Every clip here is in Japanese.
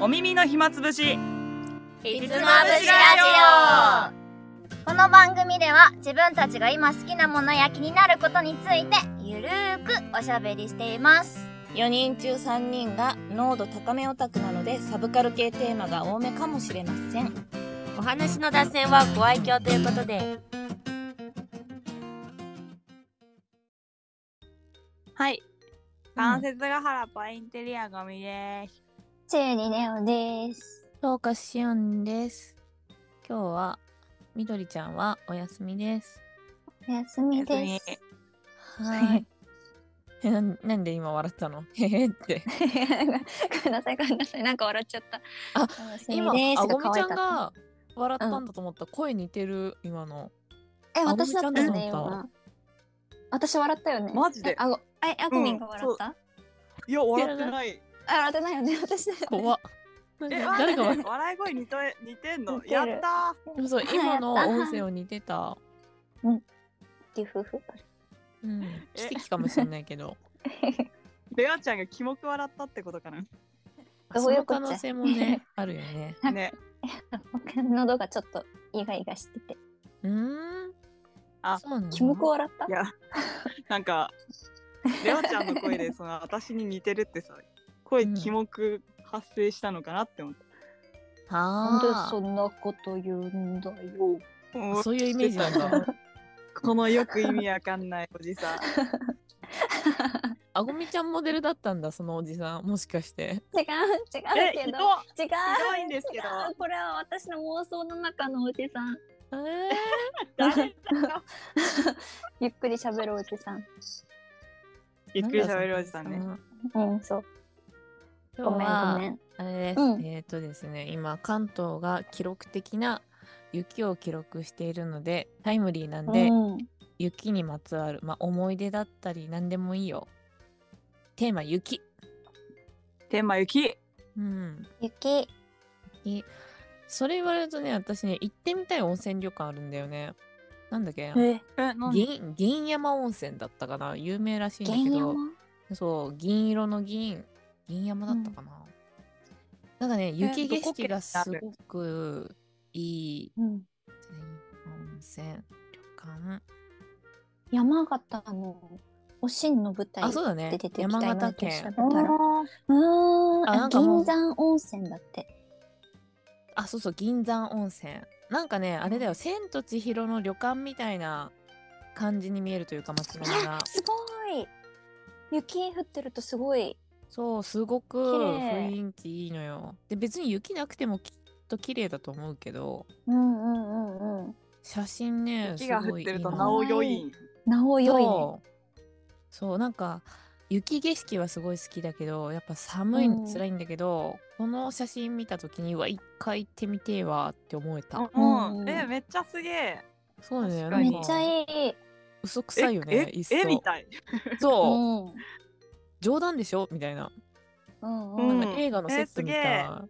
お耳の暇つぶしひつまぶしラこの番組では自分たちが今好きなものや気になることについてゆるーくおしゃべりしています4人中3人が濃度高めオタクなのでサブカル系テーマが多めかもしれませんお話の脱線はご愛嬌ということではい関節が原パインテリアゴミです、チューリネオです東華しおんです。今日はみどりちゃんはお休みです。おやすみおやですみすはい。えななんで今笑ったの？ へへって。ごめんなさいごめんなさいなんか笑っちゃったあおやすみ今ですあごみちゃん可愛かっが笑ったんだと思った。声似てる今の。たえあごみ私ちだゃっんただよと思ったね今私笑ったよねマジでえあごえあごみんが笑った、いや笑ってないあ笑ってないよね私だよね 怖っ。なんえか 誰が待って笑笑い声似て似てんの似てるやった そう今のやった音声を似てた。っていう夫婦うん。奇跡かもしれないけど。ーレアちゃんがキモく笑ったってことかな どそういのうこっち可ゃ能性も ねあるよね。 ね喉がちょっとイガイガしててうーん。あそうなのキモく笑ったいやなんかレオちゃんの声でその 私に似てるってさ声うんキモく発生したのかなって思って、あんなこと言うんだよあ。そういうイメージなんだ。 このよく意味わかんないおじさ んあごみちゃんモデルだったんだそのおじさんもしかして。違う違うえけひどどっ違うひどいんですけど違うこれは私の妄想の中のおじさんえー 誰だ ゆっくり喋るおじさんゆっくり喋るおじさんねうんそう今ご日めんはごめんあれです、うんえっ、とですね今関東が記録的な雪を記録しているのでタイムリーなんで、うん、雪にまつわる、まあ、思い出だったり何でもいいよテーマ雪天満雪うん雪雪それ言われるとね私ね行ってみたい温泉旅館あるんだよねなんだっけええなんで銀銀山温泉だったかな有名らしいんだ原け山どそう銀色の銀銀山だったかな、なんかね雪景色がすごくいいうん温泉旅館山形のおしんの舞台あそうだねで出てき山たよね形と喋っ県たらうーんあなあんかもう銀山温泉だってあそうそう銀山温泉なんかねあれだよ「千と千尋の旅館」みたいな感じに見えるというか街並 みがすごい雪降ってるとすごいそうすごく綺麗雰囲気いいのよで別に雪なくてもきっと綺麗だと思うけどうんうんうんうん写真ね雪すが降っごいいているとのなお良いなお良いねそうそうなんか雪景色はすごい好きだけどやっぱ寒いの辛いんだけど、この写真見た時にうわ一回行ってみてえわって思えた、うん、うんえめっちゃすげえそうだ確よかねめにっちゃいい、嘘くえさいよねえいっそえみたいそう、うん冗談でしょみたいな、うんううんんなんか映画のセットみたいえな、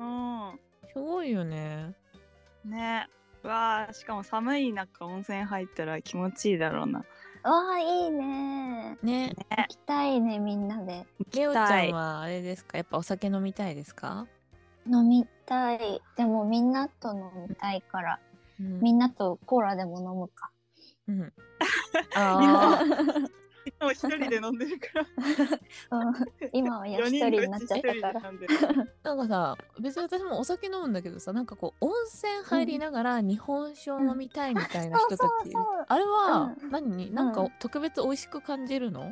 うんすごいよねねうわあしかも寒い中温泉入ったら気持ちいいだろうなわあいいねね行きたいねみんなでレオちたゃい んはあれですかやっぱお酒飲みたいですか、飲みたいでもみんなと飲みたいからうんみんなとコーラでも飲むかうんみんなあーいつも一人で飲んでるからうん 今は4一人になっちゃったから飲ん でるなんかさ別に私もお酒飲むんだけどさなんかこう温泉入りながら日本酒を飲みたいみたいな人たち、うん そうそうそうあれはうん何、なんか特別美味しく感じるの、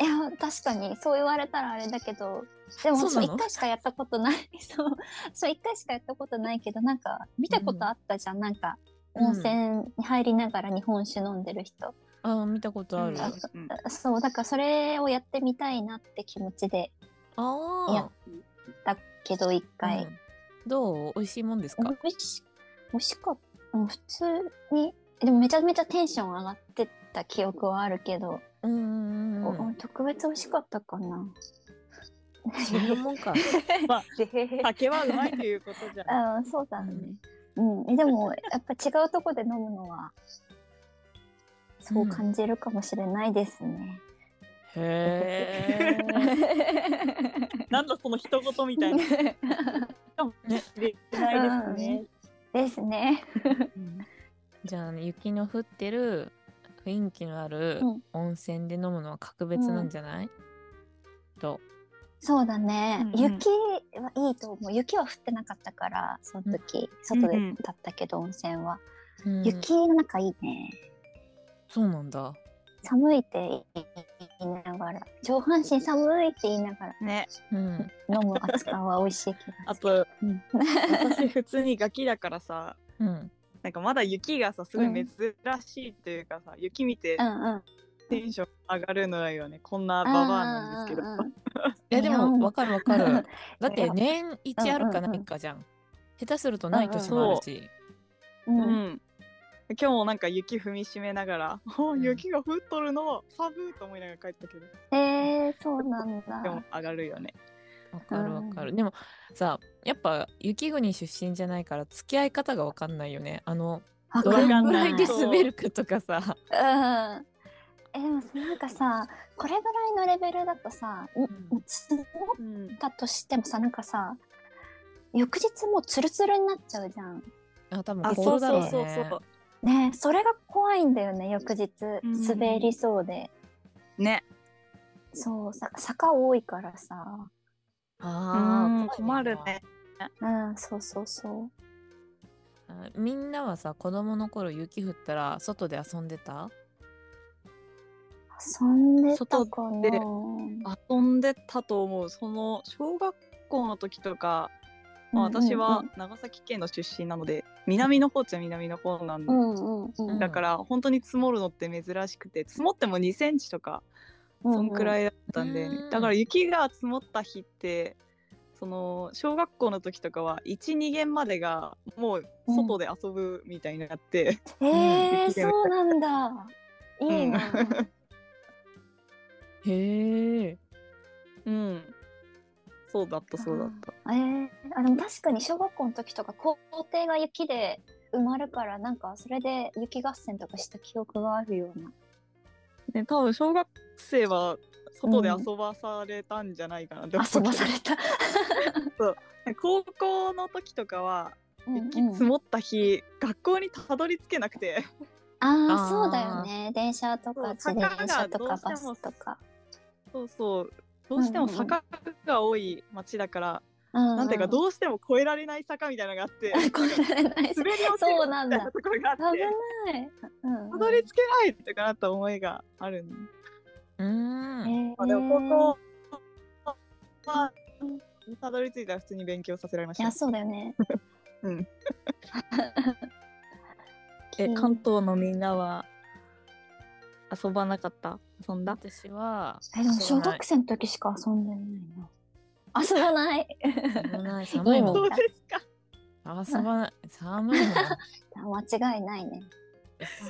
いや確かにそう言われたらあれだけどでもそうそなうの一回しかやったことないそうそう一回しかやったことないけどなんか見たことあったじゃん、なんかうん温泉に入りながら日本酒飲んでる人、あ見たことある、んあうんそうだからそれをやってみたいなって気持ちでいあやだけど一ー、回う、んどう美味しいもんです美か、味し美味しかったうん普通にでもめちゃめちゃテンション上がってた記憶はあるけど、うんうんうんうおん特別美味しかったかなそんなもん か酒はうまいということじゃんあそうだね、うんえでもやっぱ違うとこで飲むのはそう感じる かもしれないですね、へえなんだその一言みたいな。かもしれないですね。ですね。じゃあ、ね、雪の降ってる雰囲気のあるうん温泉で飲むのは格別なんじゃない、とそうだね。うんうん雪はいいと思う。雪は降ってなかったから、その時、外で立ったけど、温泉は。うん雪の中いいね。そうなんだ寒いって言いながら、上半身寒いって言いながら、ね。うん飲む熱感は美味しい気があすと、る。私普通にガキだからさ、うんなんかまだ雪がさ、すごい珍しいというかさ、雪見てうんうんうん。テンション上がるのよね。こんなババアなんですけど。うんうんうんいやでもうんわかるわかるだっいてや年一あるかないかじゃん,、下手するとない年もあるし、うんううんん。今日もなんか雪踏みしめながら、 おー雪が降っとるの、寒いと思いながら帰ったけど、えー、そうなんでもだ。上がるよね。わかるわかる。でもさ、やっぱ雪国出身じゃないから付き合い方がわかんないよね。あの、わどわれかんぐないらいで滑るかとかさ。うん。え、でもなんかさ、これぐらいのレベルだとさ、んうん積もうん。ったとしてもさ、なんかさ、翌日もうツルツルになっちゃうじゃん。あ、多分あ、こそこうだそろううね。そうそねえそれが怖いんだよね、翌日うん。滑りそうで。う。ね。そうさ、坂多いからさ。うんああ、困るね。。うん、そうそうそう。あみんなはさ、子供の頃雪降ったら外で遊んでた遊んでたかな。外で遊んでたと思うその小学校の時とか、まあ、うんうんうん私は長崎県の出身なので、南の方っちゃ南の方なんで、うんうんうん。だから本当に積もるのって珍しくて積もっても2センチとかそんくらい。いだったんで、うんだから雪が積もった日ってその小学校の時とかは12限までがもう外で遊ぶみたいになって、えうー、んそうなんだ。いいな。へえ。うん、 そうだった そうだった。えー、あでも確かに小学校の時とか校庭が雪で埋まるからなんかそれで雪合戦とかした記憶があるような。ね、多分小学生は外で遊ばされたんじゃないかな、 でも遊ばされた。高校の時とかはうんうん雪積もった日、学校にたどり着けなくてああーあそうだよね。電車とか自そう転車とか坂がどバうしてもスとか。そうそうどうしてもうんうんうん坂が多い町だから、ななんていうかどうしても越えられない坂みたいなのがあって、うん。 これない。滑り落ちるそうなんみたいだな。ところがあっ危てない。うんうんたどり着けないとかなった思いがあるの、うえん。ーでも高校はたどり着いたら普通に勉強させられましいやたそうだよね。 うん。 え東のみんなは遊ばなかった遊ん私は、えでも小学生の時しか遊んでないな。遊ばない。 遊ばない。寒いもそんう。ですか遊ばない。寒いもん。間違いないね。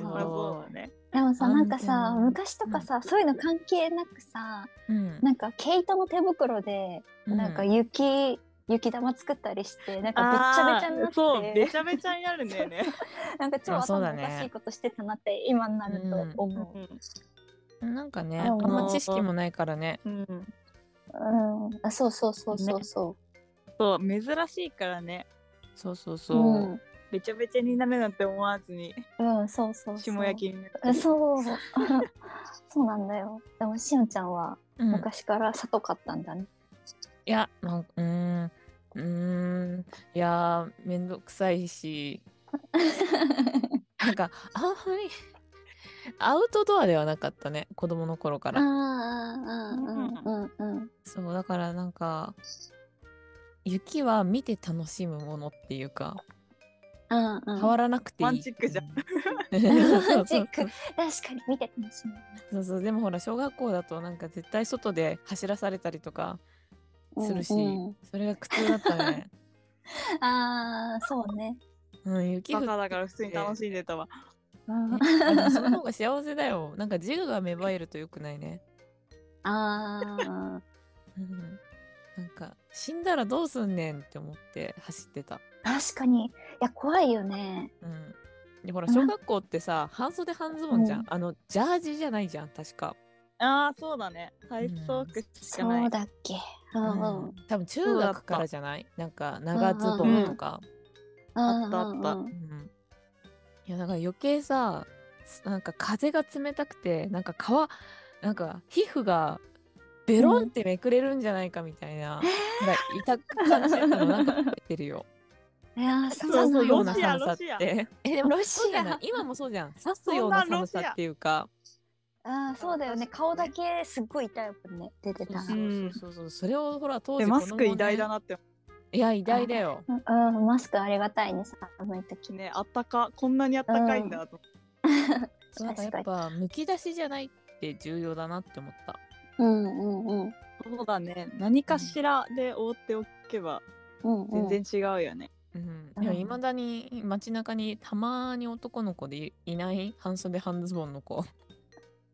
まあそそうねでもさ安な全んかさ昔とかさ、そういうの関係なくさう。うん。なんか毛糸の手袋で、なんかう雪雪玉作ったりしてなんかべっちゃべちゃになってそうべちゃべちゃになるんだよねなんか超あそう頭だおねかしいことしてたなって今になると思う。なんかね、ああんまの知識もないからね。うん、うん、あそうそうそうそうそそう珍しいからねそうそうう。そうう。ん、べちゃべちゃになるなんて思わずにうん、そうそうそう。霜焼きになるうん。そう。 そうなんだよ。でもしおんちゃんはうん昔から里かったんだね。いや、なんうーん、うーん、いやー、めんどくさいし、なんか、あんまり、アウトドアではなかったね、子供の頃かあら。あー、うんうんうんうん。そう、だからなんか、雪は見て楽しむものっていうか、うんうん、変わらなくていい。ロマンチックじゃんうん。ロ マンチックそ確かうそうそうに見て楽しみ、そうそう、でもほら、小学校だとなんか絶対外で走らされたりとかするし、うんうんそれが苦痛だったね。ああそうね、うん、雪バ降ってカだから普通に楽しんでたわうん、 でもその方が幸せだよ。なんか自我が芽生えるとよくないね。あーうん、なんか死んだらどうすんねんって思って走ってた。確かにいや怖いよねうん、でほらうん小学校ってさ半袖半ズボンじゃん、うんあのジャージじゃないじゃん確か。あーそうだね体操服しかない、そうだっけうんうん多分中学からじゃないなんか長ズボンとか、あったあったうんうんうんうんいやだから余計さすなんか風が冷たくてなんか皮なんか皮膚がベロンってめくれるんじゃないかみたいな、なんか痛く感じるのなんか出てるよ。いやーそそう刺そうすようなロシア寒さっロシアて。 えでもロシアなロ今もそうじゃん。刺すような寒さっていうか。あーそうだよね顔だけすっごい痛いもんね出てそうたそうそうそうそれをほら当時え子供マねスク偉大だなっていや偉大だよ。うん、うんマスクありがたいね寒い時ねあったかこんなにあったかいんだと、なんかや確かっにぱむき出しじゃないって重要だなって思った。うんうんうんそうだね何かしらで覆っておけばうんうん全然違うよね、うん、でもうんいまだに街中にたまに男の子でいいない半袖半ズボンの子、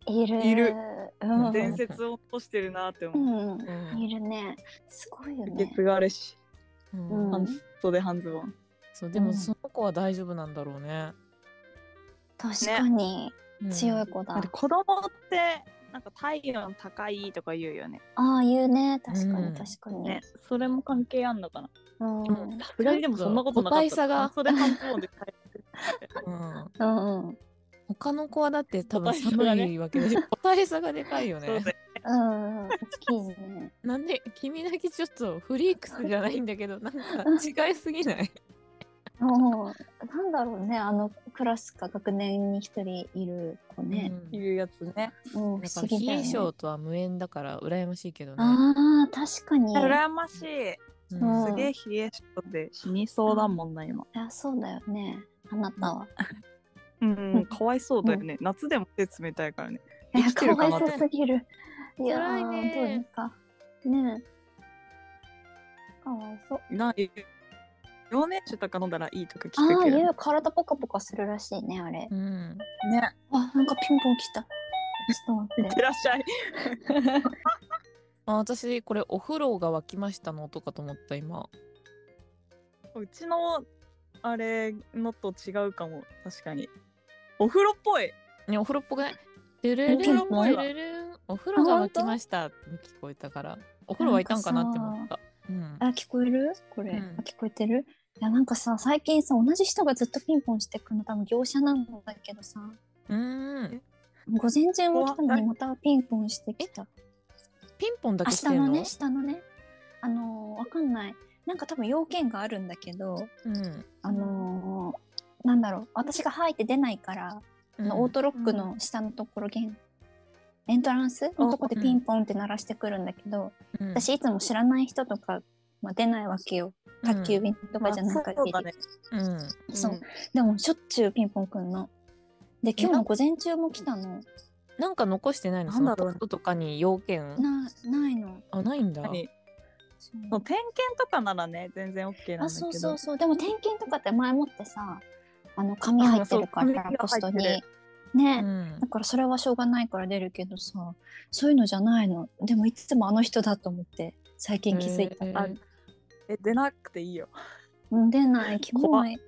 いるいるうん伝説を落としてるなってう思う、んうんいるねすごいよ受ねけ継がれしうん半袖半ズボンそうでうもんその子は大丈夫なんだろうね、確かにうん強い子だだって子供ってなんか体温高いとか言うよねああ言うね確かうんに確かにねそれも関係あんのかなうんうでんもさすがにでもそんなことなかった個体差が半袖半ズボンで帰るうん、うん他の子はだって多分個体差がね寒いわ けで個体差がでかいよそうねだようんうん大きいねなんで君だけちょっとフリークスじゃないんだけどなんか違いすぎないもうなんだろうねあのクラスか学年に一人いる子ね、うんいうやつねうんなん不か思議だよ冷えね性とは無縁だから羨ましいけどね、あー確かにい羨ましい、うんすげえ冷え性で死にそうだもんな今やそうだよねあなたはうんかわいそうだよね、夏でも手冷たいからねい生やきてかるかわないってそうすぎるいや辛いーねどうにかねえかわいそうない養命酒とか飲んだらいいとか聞あくあけいどや体ポカポカするらしいねあれうんねあなんかピンポン来たちょっとい待っ っててらっしゃいあ私これお風呂が沸きましたの音かと思った今うちのあれのと違うかも確かにお風呂っぽいねお風呂っぽくないルルルンピンポンルルルンお風呂が沸きましたって聞こえたからお風呂沸いたんかなって思ったうんあ聞こえるこれ、うんあ聞こえてるいやなんかさ最近さ同じ人がずっとピンポンしてくるの多分業者なんだけどさうーん午前中も来たの怖いにまたピンポンしてきた。ピンポンだあけし下てんののね下のねあのーわかんないなんか多分要件があるんだけどうんあのーなんだろう私が入って出ないから、あのオートロックの下のところ玄エントランスのとこでピンポンって鳴らしてくるんだけど、うん私いつも知らない人とか、まあ、出ないわけよ宅急便とかじゃなくて、そうだねうんそうんでもしょっちゅうピンポンくんの。で今日の午前中も来たのなんか残してないのなそんだのろうポットとかに要件なないの。あないんだ何そうその点検とかならね全然 OK なんだけどあそうそうそうでも点検とかって前もってさあの紙入ってるかあそうら紙がポストに入ってうね、んだからそれはしょうがないから出るけどさそういうのじゃないのでもいつもあの人だと思って最近気づいた、えーあえ出なくていいようん出 ない怖い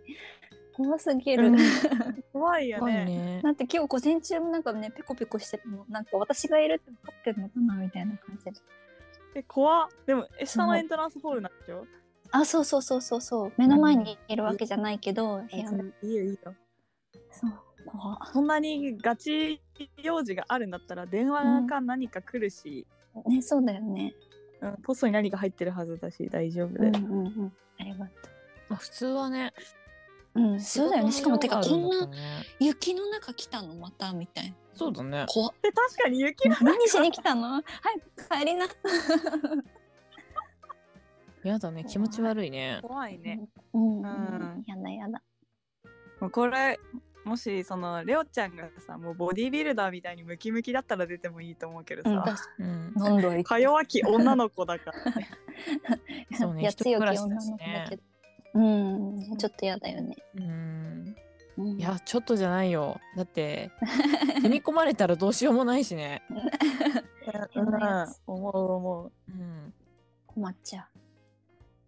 怖すぎる、うん 怖いよ怖いねねだって今日午前中もなんかねペコペコしてたのなんか私がいるって分かってるのかなみたいな感じでえ怖っでもえ下そのうエントランスホールなんでしょあそうそうそうそうそう目の前にいるわけじゃないけど、部え屋のいいよいいよそう怖そんなにガチ用事があるんだったら電話か何か来るし、ねそうだよねうんポストに何か入ってるはずだし大丈夫うんだうんよ、うんありがとうまあ普通はねうん、そうだよね。しかもてか仕こ事んの用があるなんだったらね雪の中来たのまたみ たいな。そうだね怖っ。で確かに雪の何しに来たの？早く帰りな。やだね気持ち悪いね怖いね、うん。うんやだやだ。もうこれもしそのレオちゃんがさもうボディービルダーみたいにムキムキだったら出てもいいと思うけどさ、うんなんだいか弱き女の子だからそうねいや一人強暮きらし女だのし子ねだけど。うん。ちょっとやだよね。うんうんいやちょっとじゃないよだって 踏み込まれたらどうしようもないしね、変なやつうん思う思ううん、困っちゃう。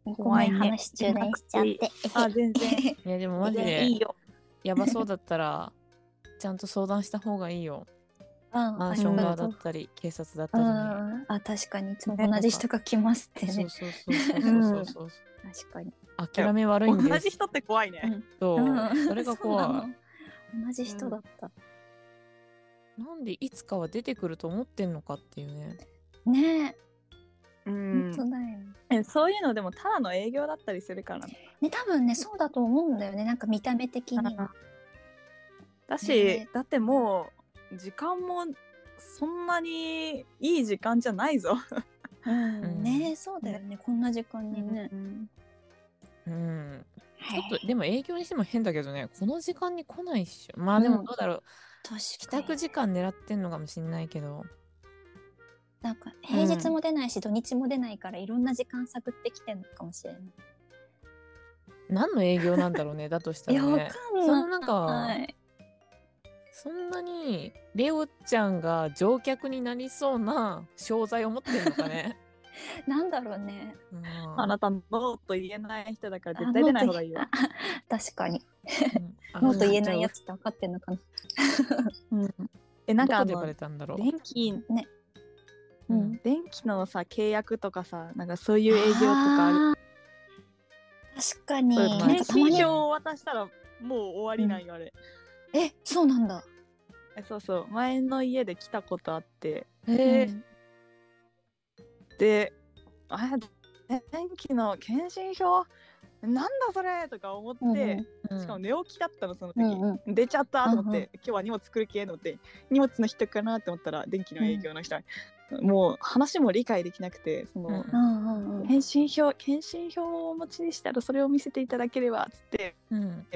ご怖めいんね話中断しちゃって。あ全然 いやでもマジ全然いでいよ やばそうだったらちゃんと相談した方がいいよママンション側だったり警察だったりね、あ確かにいつも同じ人が来ますってそうねそうそうそうそうそうそう確かに、諦め悪いん同でじす人って怖いね。と、うんそれ が怖いそうなの同じ人だった、なんでいつかは出てくると思ってんのかっていうねねうえ、ん本当だよえそういうのでもただの営業だったりするからねね多分ねそうだと思うんだよねなんか見た目的にはだし、ねだってもう時間もそんなにいい時間じゃないぞ。うんねえそうだよねこんな時間にね、うんうんはちょいっとでも営業にしても変だけどねこの時間に来ないっしょまあでうもんどうだろう、確帰かに宅時間狙ってんのかもしんないけどなんか平日も出ないし、土日も出ないからいろんな時間探ってきてるのかもしれない。何の営業なんだろうねだとしたいらやわねかそのんない。なんか、はい、そんなにレオちゃんが乗客になりそうな商材を持ってるのかね、なんだろうね。うんあなたノーと言えない人だから絶対出ない方がいいよ。 確かに。うんあノーと言えないやつって分かってんのかな。えなんかあどのこで買れたんだろう電気ね。ううんん。電気のさ契約とかさなんかそういう営業とかある。確かに。そういうのなん検かたま診に。票を渡したらもう終わりなんよあれ。え、そうなんだ。えそうそう前の家で来たことあってえーで「あ電気の検診票なんだそれ!」とか思って、うんうんうんしかも寝起きだったのその時。うんうん。出ちゃったと思って、うんう今日は荷物来る系と思って荷物の人かなって思ったら電気の営業の人、もう話も理解できなくてその、ううんうんうん。検診票検診票をお持ちでしたらそれを見せていただければっつってうん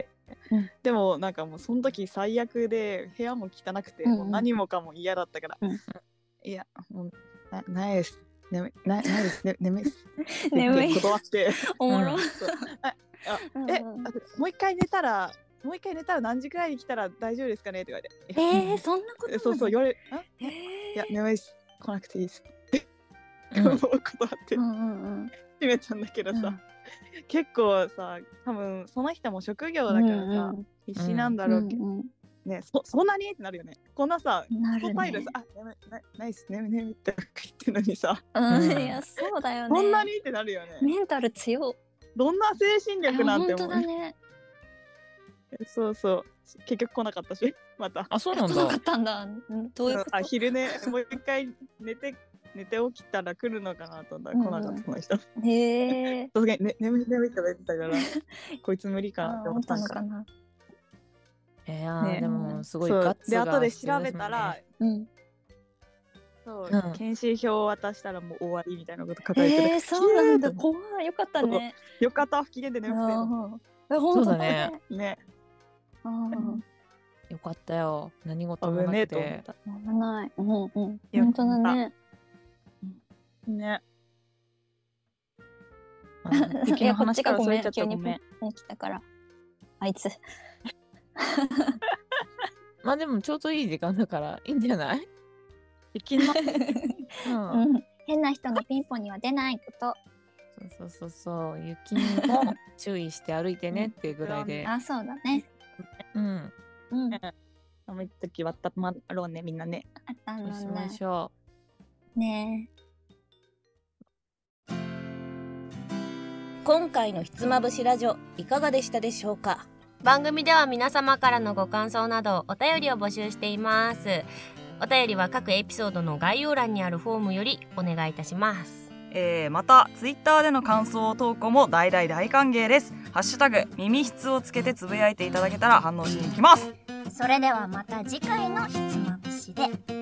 でもなんかもうその時最悪で部屋も汚くて、うんうんもう何もかも嫌だったから、うんいやもうなないです眠いなないです、ね、眠いですって言って 眠い。断っ ておもろ。うんそうああうんえうんあもう一回寝たらもう一回寝たら何時くらいに来たら大丈夫ですかねって言われてえー、そんなことなえの。そうそうよ。夜あえいや、眠いっす。来なくていいっす。う もうん断ってー。う閉んうんうん。めたんだけどさ、結構さ、多分その人も職業うだんからさ、うん必死なんだろうけど、うんね、そそんなにってなるよね。こんなさう、んなスるタイルねさ、。あ、眠い、なないっす、眠い、眠いって言ってるのにさ、ううんん、いや、そうだよね。そんなにってなるよね。メンタル強い。どんな精神力なんて思本当うだ。ね。そうそう。結局来なかったし、また。あそうなんそうだだったんだ。うんどういうこあと昼寝、もう一回寝て、寝て起きたら来るのかなと思ったら来なかった、その人。へえ。さすがに、 ね、眠い眠いとか言ってたからこいつ無理かなって思思っったたんのかかな。いやーねでもすごいそうガッツでが後で必要調べすもんねたら、うん。そううん検診票を渡したらもう終わりみたいなこと書かれてる、えー、そうなんひだ。ゅーっ怖い。よかったね。とよかった不機嫌でう眠くてんえ本当だね。ねうんよかったよ何事危もなねえくと思ってた危ない。うんうん。本いや当だね。 ねあの雪の話からそれちゃっ急たにごめんポン来たから。あいつ。まあでもちょうどいい時間だからいいんじゃない、雪のうんうん 変な人のピンポンには出ないこと。そうそうそうそう雪にも注意して歩いてねっていうぐらいで、あ、そうだね。うん、うん。あ寒い時はたまろうねみんなねったそんうだしまね。しょね今回のひつまぶしラジオいかがでしたでしょうか番組では皆様からのご感想などお便りを募集していますお便りは各エピソードの概要欄にあるフォームよりお願いいたしますえーまたツイッターでの感想投稿も大大大歓迎ですハッシュタグ耳質をつけてつぶやいていただけたら反応しに行きますそれではまた次回のひつまぶしで